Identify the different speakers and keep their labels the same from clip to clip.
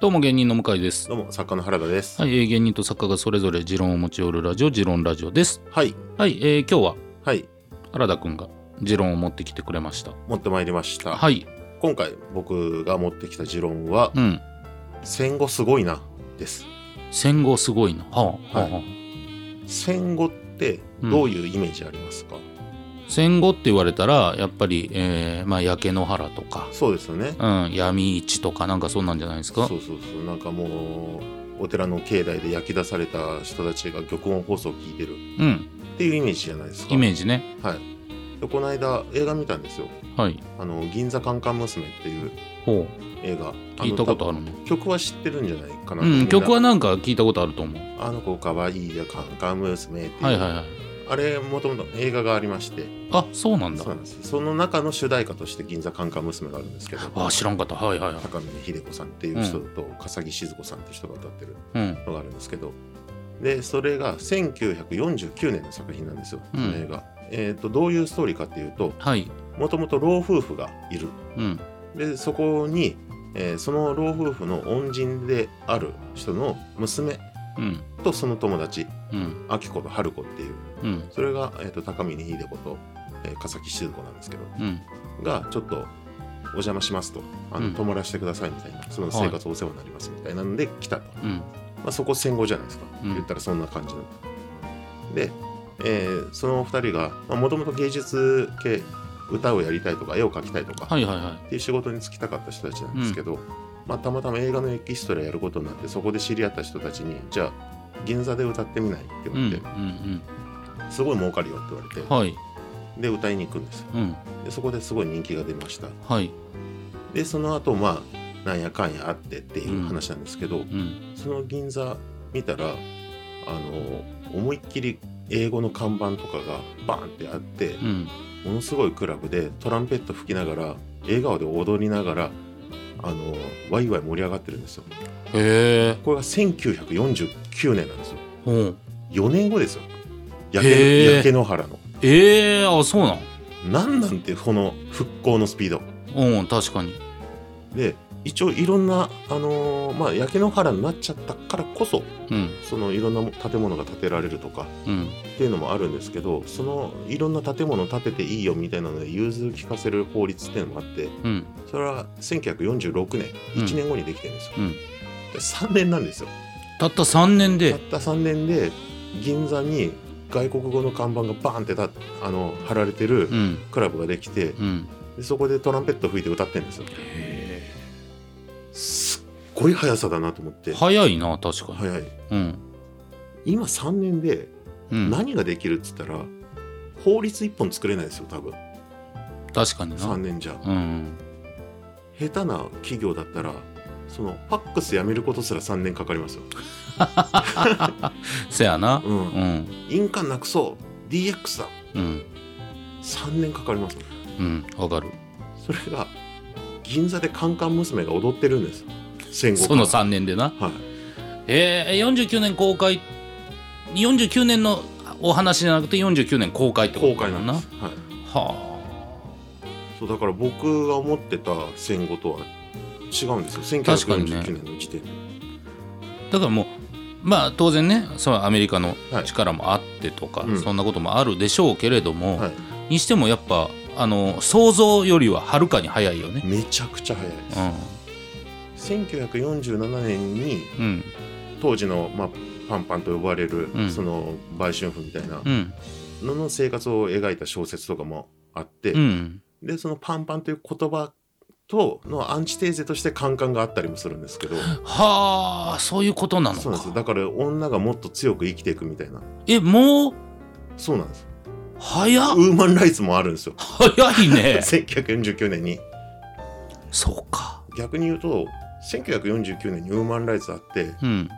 Speaker 1: どうも芸人の向井です。
Speaker 2: どうも、作家の原田です。
Speaker 1: はい、えー芸人と作家がそれぞれ持論を持ち寄るラジオ、持論ラジオです。
Speaker 2: はい、
Speaker 1: はい、えー今日は
Speaker 2: はい、
Speaker 1: 原田くんが持論を持ってきてくれました。
Speaker 2: 持ってまいりました。
Speaker 1: はい、
Speaker 2: 今回、僕が持ってきた持論は、
Speaker 1: うん、
Speaker 2: 戦後すごいな、です。
Speaker 1: 戦後すごいな。はあ、はあ
Speaker 2: はい
Speaker 1: は
Speaker 2: 戦後って、どういうイメージありますか、
Speaker 1: あ、戦後って言われたら、やっぱり、えーまあ、焼け野原とか、
Speaker 2: そうですよね。
Speaker 1: うん、闇市とか、なんかそうなんじゃないです
Speaker 2: そう
Speaker 1: か。
Speaker 2: そうそう、なんかもう、お寺の境内で焼き出された人たちが玉音放送を聞いてる
Speaker 1: うん、
Speaker 2: っていうイメージじゃないですか。
Speaker 1: イメージね。
Speaker 2: はい。で、この間、映画見たんですよ。
Speaker 1: はい、
Speaker 2: あの、銀座カンカン娘っていう
Speaker 1: ほ
Speaker 2: 映画。
Speaker 1: う、聞いたことあ
Speaker 2: る
Speaker 1: るの。
Speaker 2: 曲は知ってるんじゃないかな。
Speaker 1: うん、曲は
Speaker 2: な。
Speaker 1: なんか聞いたことあると思う。
Speaker 2: あの子かわいいや、カンカン娘っていう。
Speaker 1: はいはいはい。
Speaker 2: あれもともと映画がありまして
Speaker 1: あ、そうなんだ
Speaker 2: そう。なんですその中の主題歌として「銀座カンカン娘」があるんですけど
Speaker 1: あ、知らんかった。はいはいはい。
Speaker 2: 高峰秀子さんっていう人と笠木静子さんっていう人が歌ってる
Speaker 1: うん、
Speaker 2: のがあるんですけどでそれが1949年の作品なんですよ、
Speaker 1: うん
Speaker 2: その映画、えー、とどういうストーリーかっていうと
Speaker 1: はい、
Speaker 2: もともと老夫婦がいる
Speaker 1: うん、
Speaker 2: でそこに、えーその老夫婦の恩人である人の娘
Speaker 1: うん、
Speaker 2: とその友達
Speaker 1: うん、
Speaker 2: 明子と春子っていう
Speaker 1: うん。
Speaker 2: それが、えー、と高峰秀子と、えー笠木静子なんですけど
Speaker 1: うん、
Speaker 2: がちょっとお邪魔しますとあの、
Speaker 1: うん
Speaker 2: 泊まらせてくださいみたいなその生活お世話になりますみたいなので来たと、
Speaker 1: うん、
Speaker 2: まあ、そこ戦後じゃないですか、
Speaker 1: うん
Speaker 2: 言ったらそんな感じだったで、えーそのお二人がもともと芸術系歌をやりたいとか絵を描きたいとか
Speaker 1: はいはいはい。
Speaker 2: っていう仕事に就きたかった人たちなんですけど、まあ、たまたま映画のエキストラやることになってそこで知り合った人たちにじゃあ銀座で歌ってみないって
Speaker 1: うん、う
Speaker 2: 言われて、
Speaker 1: ん、
Speaker 2: すごい儲かるよって言われて
Speaker 1: うん。はい、
Speaker 2: で歌いに行くんですよ
Speaker 1: うん、
Speaker 2: でそこですごい人気が出ました
Speaker 1: はい、
Speaker 2: でその後まあなんやかんやあってっていう話なんですけど、
Speaker 1: うん。
Speaker 2: その銀座見たらあの思いっきり英語の看板とかがバンってあって
Speaker 1: うん、
Speaker 2: ものすごいクラブでトランペット吹きながら笑顔で踊りながらあのワイワイ盛り上がってるんですよ
Speaker 1: へえ、
Speaker 2: これが1949年なんですよ
Speaker 1: ほう。
Speaker 2: 4年後ですよ焼
Speaker 1: へ
Speaker 2: け
Speaker 1: ー
Speaker 2: 焼け野原の
Speaker 1: ええあ、そうなん。
Speaker 2: なんなんてこの復興のスピード
Speaker 1: うん、確かに。
Speaker 2: で一応いろんな、あのーまあ、焼け野原になっちゃったからこそ
Speaker 1: うん、
Speaker 2: そのいろんな建物が建てられるとか
Speaker 1: うん、
Speaker 2: っていうのもあるんですけどそのいろんな建物を建てていいよみたいなので融通きかせる法律っていうのもあって
Speaker 1: うん、
Speaker 2: それは1946年
Speaker 1: うん
Speaker 2: 1年後にできてるんですよ、
Speaker 1: うん。
Speaker 2: で3年なんですよ
Speaker 1: たった三年
Speaker 2: たっ
Speaker 1: で。
Speaker 2: た3年で銀座に外国語の看板がバーンってたあの貼られてる
Speaker 1: うん、
Speaker 2: クラブができて
Speaker 1: うん。
Speaker 2: でそこでトランペット吹いて歌ってるんですよ
Speaker 1: へ
Speaker 2: すっごい速さだなと思って
Speaker 1: え。早いな、確かに。
Speaker 2: 早い
Speaker 1: うん、
Speaker 2: 今3年で
Speaker 1: うん。
Speaker 2: 何ができるっつったら、法律1本作れないですよ多分
Speaker 1: 確かにな。
Speaker 2: 3
Speaker 1: うん
Speaker 2: 年じゃ
Speaker 1: うん、
Speaker 2: 下手な企業だったらそのファックスやめることすら3年かかりますよ、
Speaker 1: せやな。
Speaker 2: う、
Speaker 1: うんん、
Speaker 2: 印鑑なくそう DX だ
Speaker 1: うん、
Speaker 2: 3年かかりますよ
Speaker 1: うん、わかる。
Speaker 2: それが銀座でカンカン娘が踊ってるんですよ戦後
Speaker 1: そ
Speaker 2: から
Speaker 1: の三年でな。
Speaker 2: はい
Speaker 1: ええ、四十九年公開。四十九年のお話じゃなくて、四十九年公開ってこと
Speaker 2: 後悔
Speaker 1: だ
Speaker 2: なん
Speaker 1: な。
Speaker 2: で
Speaker 1: は
Speaker 2: す、はい、
Speaker 1: あ。
Speaker 2: そうだから僕が思ってた戦後とは違うんですよ
Speaker 1: 確かにね
Speaker 2: 1949年の時点で、
Speaker 1: だからもうまあ当然ねそのアメリカの力もあってとか、
Speaker 2: はいうん
Speaker 1: そんなこともあるでしょうけれども、
Speaker 2: はい、
Speaker 1: にしてもやっぱあの想像よりははるかに早いよね。
Speaker 2: めちゃくちゃ早いです、1947年に
Speaker 1: うんうん
Speaker 2: 当時の、まあ、パンパンと呼ばれる、
Speaker 1: うん
Speaker 2: その売春婦みたいな
Speaker 1: うん
Speaker 2: のの生活を描いた小説とかもあって、
Speaker 1: うん
Speaker 2: でそのパンパンという言葉とのアンチテーゼとしてカンカンがあったりもするんですけど
Speaker 1: はあそういうことなの
Speaker 2: そうなんですよ
Speaker 1: か。
Speaker 2: だから女がもっと強く生きていくみたいな
Speaker 1: えもう
Speaker 2: そうなんです
Speaker 1: 早っ
Speaker 2: ウーマンライツもあるんですよ
Speaker 1: 早い ね。
Speaker 2: 1949年に
Speaker 1: そうか。
Speaker 2: 逆に言うと1949年にウーマンライツあって
Speaker 1: うん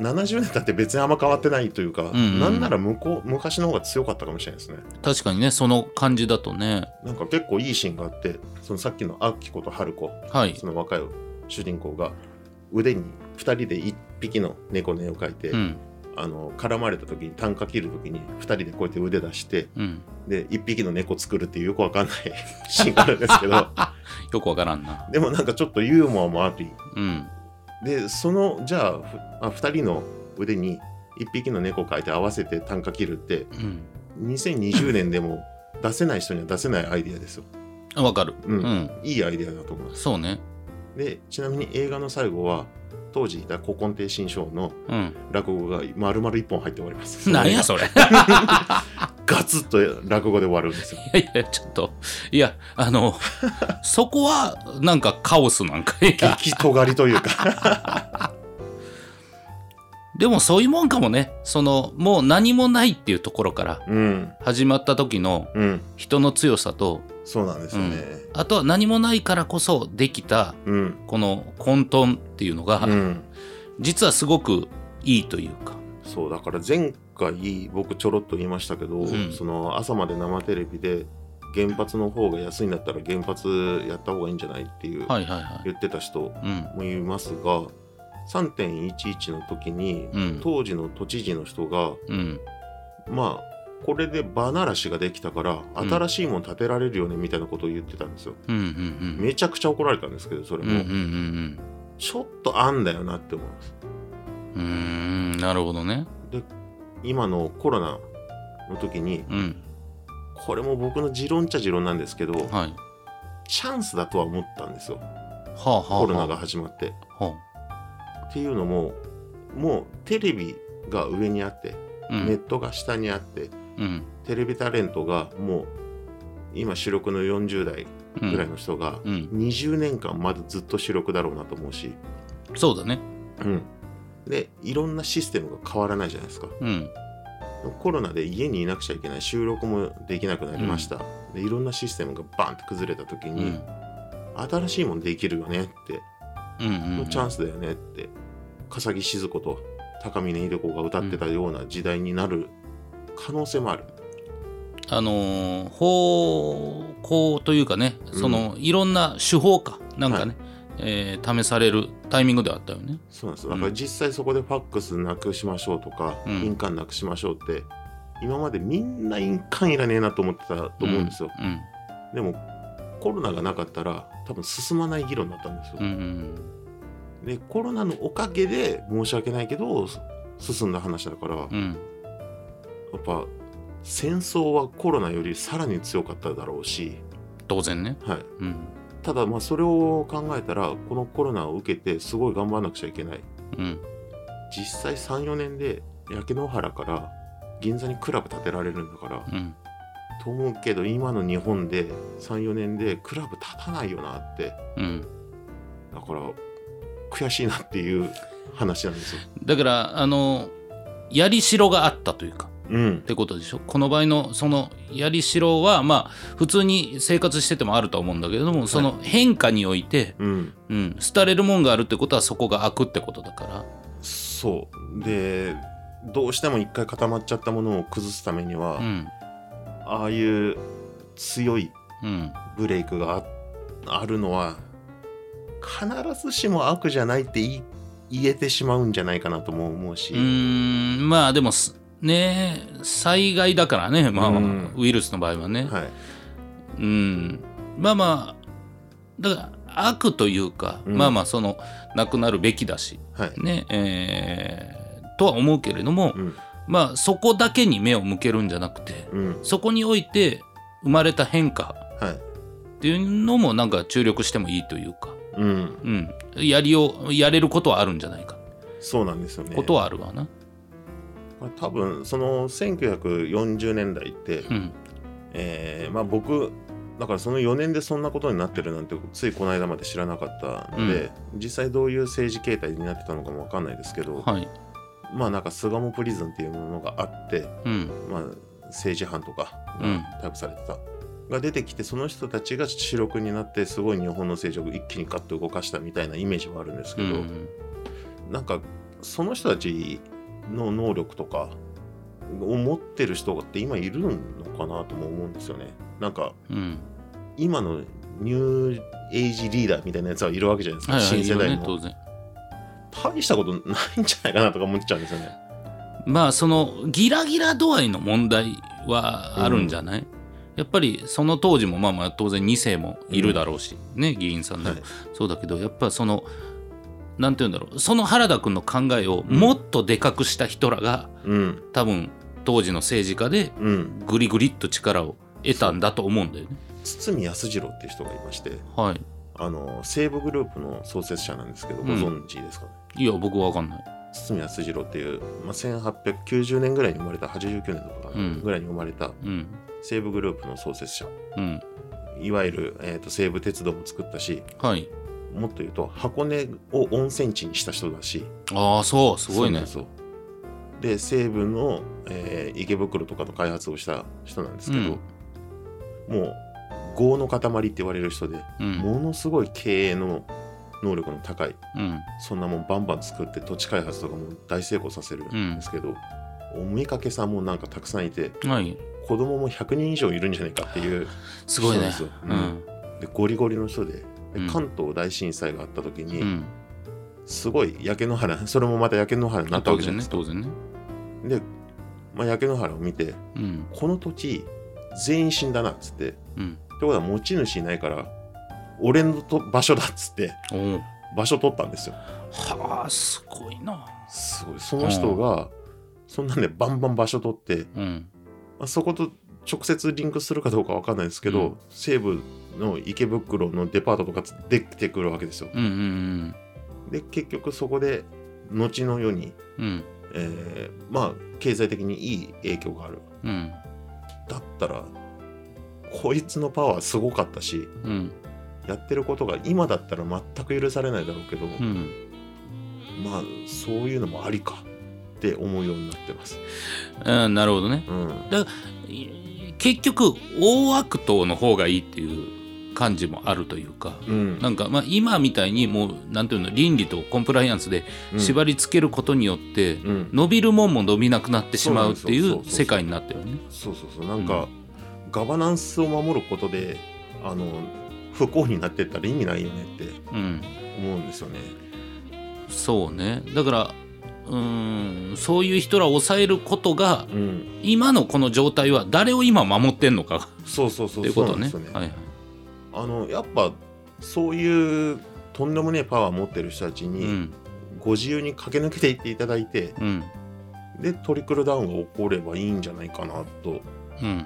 Speaker 2: 70年経って別にあんま変わってないというか、
Speaker 1: んうん
Speaker 2: なんなら向こう昔の方が強かったかもしれないですね
Speaker 1: 確かにねその感じだとね
Speaker 2: なんか結構いいシーンがあってそのさっきのアキコとハルコ
Speaker 1: はい
Speaker 2: その若い主人公が腕に2人で1匹の猫の絵を描いて、
Speaker 1: うん
Speaker 2: あの絡まれた時に単価切る時に2人でこうやって腕出して
Speaker 1: うん
Speaker 2: で1匹の猫作るっていうよくわかんない シーンがあるんですけど
Speaker 1: よくわからんな。
Speaker 2: でもなんかちょっとユーモアもあり
Speaker 1: うん
Speaker 2: でそのじゃあふあ2人の腕に1匹の猫描いて合わせて単価切るって
Speaker 1: うん
Speaker 2: 2020年でも出せない人には出せないアイディアですよ。
Speaker 1: あわかる
Speaker 2: う、
Speaker 1: うんん
Speaker 2: いいアイディアだと思います。
Speaker 1: そうね
Speaker 2: でちなみに映画の最後は当時いた古今亭新章の
Speaker 1: うん
Speaker 2: 落語が丸々1本入って終わります。
Speaker 1: 何やそれい
Speaker 2: ガツッと落語で終わるんですよ。
Speaker 1: やいやちょっといやあ のそこはなんかカオスなん かいや
Speaker 2: 激尖りという か。
Speaker 1: でもそういうもんかもねそのもう何もないっていうところから
Speaker 2: うん
Speaker 1: 始まった時の
Speaker 2: うん
Speaker 1: 人の強さと
Speaker 2: そうなんですよね。
Speaker 1: あとは何もないからこそできた
Speaker 2: うん
Speaker 1: この混沌っていうのが、
Speaker 2: うん
Speaker 1: 実はすごくいいというか
Speaker 2: そうだから前回僕ちょろっと言いましたけど、
Speaker 1: うん
Speaker 2: その朝まで生テレビで原発の方が安いんだったら原発やった方がいいんじゃないっていう
Speaker 1: はいはいはい
Speaker 2: 言ってた人
Speaker 1: うん
Speaker 2: もいますが3.11の時に
Speaker 1: うん
Speaker 2: 当時の都知事の人が
Speaker 1: うん
Speaker 2: まあこれで場ならしができたから
Speaker 1: うん
Speaker 2: 新しいもん建てられるよねみたいなことを言ってたんですよ。
Speaker 1: うんうん
Speaker 2: めちゃくちゃ怒られたんですけどそれ
Speaker 1: うんうんうん
Speaker 2: も
Speaker 1: うん
Speaker 2: ちょっとあんだよなって思います。
Speaker 1: うんうーんなるほどね
Speaker 2: 今のコロナの時に
Speaker 1: うん
Speaker 2: これも僕の持論っちゃ持論なんですけど、
Speaker 1: はいは
Speaker 2: チャンスだとは思ったんですよ
Speaker 1: あはあはあ
Speaker 2: コロナが始まって。
Speaker 1: は
Speaker 2: っていうのももうテレビが上にあって
Speaker 1: あう
Speaker 2: ネッ
Speaker 1: ん
Speaker 2: トが下にあって、
Speaker 1: うん
Speaker 2: テレビタレントがもう今主力の40代
Speaker 1: う
Speaker 2: ぐらい
Speaker 1: ん
Speaker 2: の人が
Speaker 1: うん
Speaker 2: 20年間まだずっと主力だろうなと思うし、
Speaker 1: そうだね
Speaker 2: うん、でいろんなシステムが変わらないじゃないですか
Speaker 1: うん
Speaker 2: コロナで家にいなくちゃいけない収録もできなくなりました、でいろんなシステムがバンって崩れた時
Speaker 1: う
Speaker 2: に、
Speaker 1: ん
Speaker 2: 新しいもんできるよねって
Speaker 1: うんうん
Speaker 2: チャンスだよねって笠置静子と高峰秀子が歌ってたような時代になる可能性もある、
Speaker 1: あのー方向というかね、
Speaker 2: うん
Speaker 1: そのいろんな手法かなんかね、えー試されるタイミングではあったよね。
Speaker 2: そうなんですだから実際そこでファックスなくしましょうとか、
Speaker 1: うん
Speaker 2: 印鑑なくしましょうって今までみんな印鑑いらねえなと思ってたと思うんですよ、
Speaker 1: うん
Speaker 2: でもコロナがなかったら多分進まない議論だったんですよ、
Speaker 1: うんうん
Speaker 2: でコロナのおかげで申し訳ないけど進んだ話だから、
Speaker 1: うんうん
Speaker 2: やっぱ戦争はコロナよりさらに強かっただろうし、
Speaker 1: 当然ね。
Speaker 2: はい、
Speaker 1: うん
Speaker 2: ただまあそれを考えたらこのコロナを受けてすごい頑張らなくちゃいけない
Speaker 1: うん
Speaker 2: 実際34年で焼け野原から銀座にクラブ建てられるんだから
Speaker 1: うん
Speaker 2: と思うけど今の日本で34年でクラブ立たないよなって
Speaker 1: うん、
Speaker 2: だから悔しいなっていう話なんですよ。
Speaker 1: だからあのやりしろがあったというか
Speaker 2: うん
Speaker 1: ってことでしょこの場合のそのやりしろはまあ普通に生活しててもあるとは思うんだけれどもその変化において、
Speaker 2: うん、
Speaker 1: うん、廃れるもんがあるってことはそこが開くってことだから。
Speaker 2: そうでどうしても一回固まっちゃったものを崩すためには、
Speaker 1: うん
Speaker 2: ああいう強い
Speaker 1: うん
Speaker 2: ブレイクがああるのは必ずしも悪じゃないって言い言えてしまうんじゃないかなとも思うし、
Speaker 1: うーんまあでもすね災害だからね、まあ
Speaker 2: うん
Speaker 1: ウイルスの場合はね、
Speaker 2: はい、
Speaker 1: うんまあまあだから悪というか、
Speaker 2: うん
Speaker 1: まあまあそのなくなるべきだし
Speaker 2: はい、
Speaker 1: ねえーとは思うけれども、
Speaker 2: うん
Speaker 1: まあそこだけに目を向けるんじゃなくて
Speaker 2: うん、
Speaker 1: そこにおいて生まれた変化
Speaker 2: はい、
Speaker 1: っていうのもなんか注力してもいいというか、
Speaker 2: うん、
Speaker 1: うん、やりをやれることはあるんじゃないか、
Speaker 2: そうなんですよね。
Speaker 1: ことはあるわな。
Speaker 2: まあ多分その1940年代って、
Speaker 1: うん
Speaker 2: えーまあ僕だからその4年でそんなことになってるなんてついこの間まで知らなかったので、実際どういう政治形態になってたのかもわかんないですけど、
Speaker 1: はい
Speaker 2: まあなんか巣鴨プリズンっていうものがあって、
Speaker 1: うん
Speaker 2: まあ、政治犯とか
Speaker 1: うん
Speaker 2: が逮捕されてた、が出てきてその人たちが主力になってすごい日本の政治を一気にガッと動かしたみたいなイメージはあるんですけ
Speaker 1: う
Speaker 2: ど、
Speaker 1: ん
Speaker 2: なんかその人たちの能力とかを持ってる人って今いるのかなとも思うんですよね。なんか
Speaker 1: うん
Speaker 2: 今のニューエイジリーダーみたいなやつはいるわけじゃないですか、新世代
Speaker 1: ね、
Speaker 2: の、
Speaker 1: 当然
Speaker 2: 大したことないんじゃないかなとか思っちゃうんですよね。
Speaker 1: まあそのギラギラ度合いの問題はあるんじゃない、やっぱりその当時もまあまあ当然2世もいるだろうし、ね議員さんでも、
Speaker 2: はい
Speaker 1: そうだけどやっぱそのなんて言うんだろうその原田君の考えをもっとでかくした人らが
Speaker 2: うん
Speaker 1: 多分当時の政治家で
Speaker 2: うん
Speaker 1: グリグリっと力を得たんだと思うんだよね。
Speaker 2: 堤康次郎っていう人がいまして
Speaker 1: はい、
Speaker 2: あの西武グループの創設者なんですけど
Speaker 1: うん
Speaker 2: ご存知ですかね、
Speaker 1: いや僕わかんない。
Speaker 2: 堤康次郎っていう、まあ、1890年ぐらいに生まれた89年とかかな
Speaker 1: うん
Speaker 2: ぐらいに生まれた
Speaker 1: うん
Speaker 2: 西武グループの創設者
Speaker 1: うん
Speaker 2: いわゆる、えー、と西武鉄道も作ったし
Speaker 1: はい、
Speaker 2: もっと言うと箱根を温泉地にした人だし
Speaker 1: ああそうすごいね。
Speaker 2: そうなんですよで西武の、えー池袋とかの開発をした人なんですけど、もう業の塊って言われる人で、
Speaker 1: うん
Speaker 2: ものすごい経営の能力の高い
Speaker 1: うん
Speaker 2: そんなもんバンバン作って土地開発とかも大成功させるんですけど、お見かけさんもなんかたくさんいて
Speaker 1: はい
Speaker 2: 子供も100人以上いるんじゃないかっていう
Speaker 1: すごいね。
Speaker 2: そうなん
Speaker 1: う
Speaker 2: ですよ
Speaker 1: ん
Speaker 2: でゴリゴリの人でで
Speaker 1: うん
Speaker 2: 関東大震災があった時
Speaker 1: う
Speaker 2: に、
Speaker 1: ん
Speaker 2: すごい焼け野原それもまた焼け野原になった
Speaker 1: 当
Speaker 2: わけじゃ
Speaker 1: 然
Speaker 2: ない
Speaker 1: ね
Speaker 2: ですか。
Speaker 1: 当然ね。
Speaker 2: で、まあ、焼け野原を見て
Speaker 1: うん
Speaker 2: この土地全員死んだなっつってって
Speaker 1: うん
Speaker 2: ことは持ち主いないから俺のと場所だっつって
Speaker 1: おう
Speaker 2: 場所取ったんですよ
Speaker 1: はあすごいな。
Speaker 2: すごいその人が、そんなんでバンバン場所取って、
Speaker 1: うん
Speaker 2: まあ、そこと直接リンクするかどうかわかんないですけど、
Speaker 1: うん
Speaker 2: 西武の池袋のデパートとか出てくるわけですよ
Speaker 1: うんうん
Speaker 2: で結局そこで後の世に、
Speaker 1: うんうん
Speaker 2: えーまあ経済的にいい影響がある
Speaker 1: うん
Speaker 2: だったらこいつのパワーすごかったし
Speaker 1: うん
Speaker 2: やってることが今だったら全く許されないだろうけど、
Speaker 1: うん。
Speaker 2: まあそういうのもありかって思うようになってます。
Speaker 1: うん、なるほどね
Speaker 2: うん、
Speaker 1: い結局大悪党の方がいいっていう感じもあるというか
Speaker 2: うん
Speaker 1: なんかまあ今みたいにもうなんていうの倫理とコンプライアンスで縛りつけることによって
Speaker 2: うんうん
Speaker 1: 伸びるもんも伸びなくなってしまうってい
Speaker 2: そうなん
Speaker 1: う
Speaker 2: ですよ
Speaker 1: 世界になってるよね。
Speaker 2: そうそうそうなんか、ガバナンスを守ることであの不幸になってったら意味ないよねって
Speaker 1: うん、
Speaker 2: 思うんですよね。
Speaker 1: そうねだからうーんそういう人らを抑えることが
Speaker 2: うん、
Speaker 1: 今のこの状態は誰を今守ってんのか
Speaker 2: そうそうそ
Speaker 1: って
Speaker 2: う
Speaker 1: いう
Speaker 2: そ
Speaker 1: こ
Speaker 2: う
Speaker 1: と
Speaker 2: な
Speaker 1: ね。
Speaker 2: んですよね。
Speaker 1: はいはい
Speaker 2: あのやっぱそういうとんでもねえパワー持ってる人たち
Speaker 1: う
Speaker 2: に
Speaker 1: ん
Speaker 2: ご自由に駆け抜けていっていただいて、
Speaker 1: うん
Speaker 2: でトリクルダウンが起こればいいんじゃないかなと。
Speaker 1: うん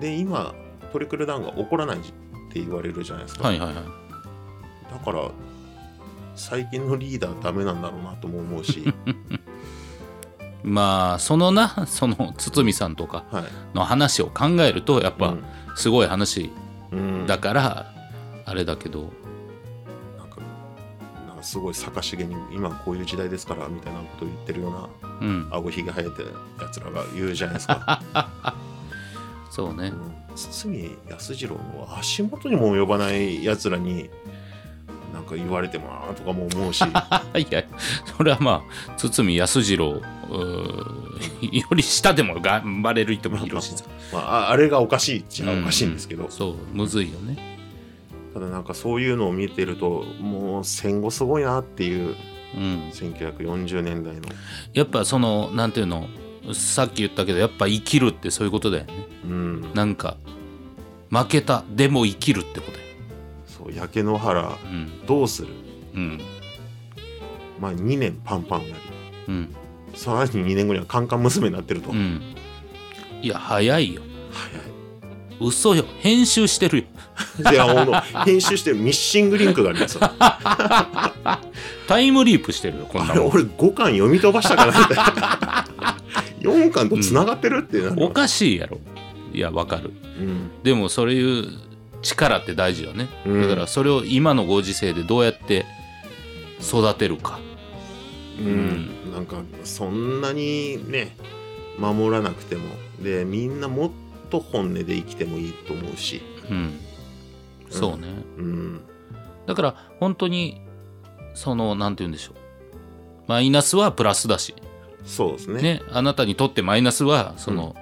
Speaker 2: で今トリクルダウンが起こらないって言われるじゃないですか。
Speaker 1: はいはいはい。
Speaker 2: だから最近のリーダーダメなんだろうなとも思 うし、
Speaker 1: まあそのな その堤さんとか
Speaker 2: はい。
Speaker 1: の話を考えるとやっぱすごい話
Speaker 2: うん、
Speaker 1: だからあれだけど
Speaker 2: なんかなんかすごい坂重に今こういう時代ですからみたいなこと言ってるような
Speaker 1: うん
Speaker 2: 顎ひげ生えてるやつらが言うじゃないです か、
Speaker 1: そう
Speaker 2: う
Speaker 1: ね
Speaker 2: ん、堤康次郎の足元にも及ばないやつらになんか言われてもなとかも思うし
Speaker 1: いやそれはまあ堤康次郎うーより下でも頑張れる人もいる しさ
Speaker 2: まあああれがおかしいっちゃおかしいんですけど、
Speaker 1: そうむずいよね
Speaker 2: ただなんかそういうのを見てるともう戦後すごいなっていう
Speaker 1: うん
Speaker 2: 1940年代の、
Speaker 1: やっぱそのなんていうのさっき言ったけどやっぱ生きるってそういうことだよね
Speaker 2: うん、
Speaker 1: なんか負けたでも生きるってことだよ
Speaker 2: そう焼け野原
Speaker 1: うん
Speaker 2: どうする
Speaker 1: うん
Speaker 2: まあ2年パンパンになり
Speaker 1: うん
Speaker 2: その後に2年後にはカンカン娘になってると、
Speaker 1: うんいや早いよ
Speaker 2: 早い
Speaker 1: 嘘よ編集してるよ
Speaker 2: いや、あの、編集してるミッシングリンクがありますよ。あ
Speaker 1: タイムリープしてるよこんな
Speaker 2: れ、
Speaker 1: もん
Speaker 2: 俺5巻読み飛ばしたかなみたいな。4巻と繋がってるってなる
Speaker 1: おかしいやろいやわかる
Speaker 2: うん
Speaker 1: でもそういう力って大事よね、
Speaker 2: うん
Speaker 1: だからそれを今のご時世でどうやって育てるか
Speaker 2: うん。なんか、そんなにね、守らなくても。で、みんなもっと本音で生きてもいいと思うし。
Speaker 1: うんそうね、
Speaker 2: うん。
Speaker 1: だから本当にそのなんて言うんでしょうマイナスはプラスだし
Speaker 2: そうですね。
Speaker 1: ねあなたにとってマイナスはその、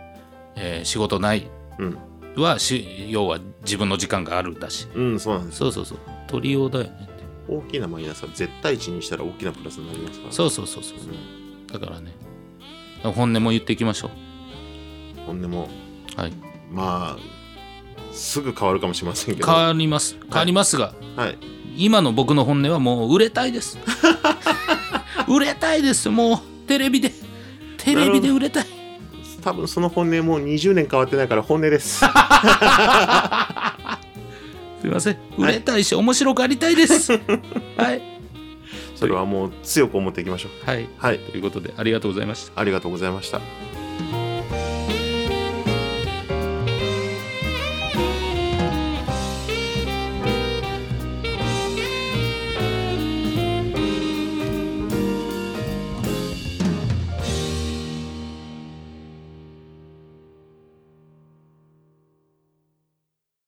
Speaker 1: えー仕事ない
Speaker 2: うん。
Speaker 1: はし要は自分の時間があるだし
Speaker 2: うん、そうなんです。
Speaker 1: そうそうそう取りようだよねって
Speaker 2: 大きなマイナスは絶対値にしたら大きなプラスになりますから。
Speaker 1: そうそうそうそうそう
Speaker 2: うん。
Speaker 1: だからね本音も言っていきましょ
Speaker 2: 本音も、
Speaker 1: うはい
Speaker 2: まあ、すぐ変わるかもしれませんけど。
Speaker 1: 変
Speaker 2: は
Speaker 1: わります変わりますが、
Speaker 2: い。
Speaker 1: 今の僕の本音はもう売れたいです 売れたいですもうテレビでテレビで売れたい
Speaker 2: 多分その本音もう20年変わってないから本音です
Speaker 1: すいません売れたいし、面白くありたいですはい
Speaker 2: それはもう強く思っていきましょう
Speaker 1: はい
Speaker 2: はい
Speaker 1: ということでありがとうございました
Speaker 2: ありがとうございました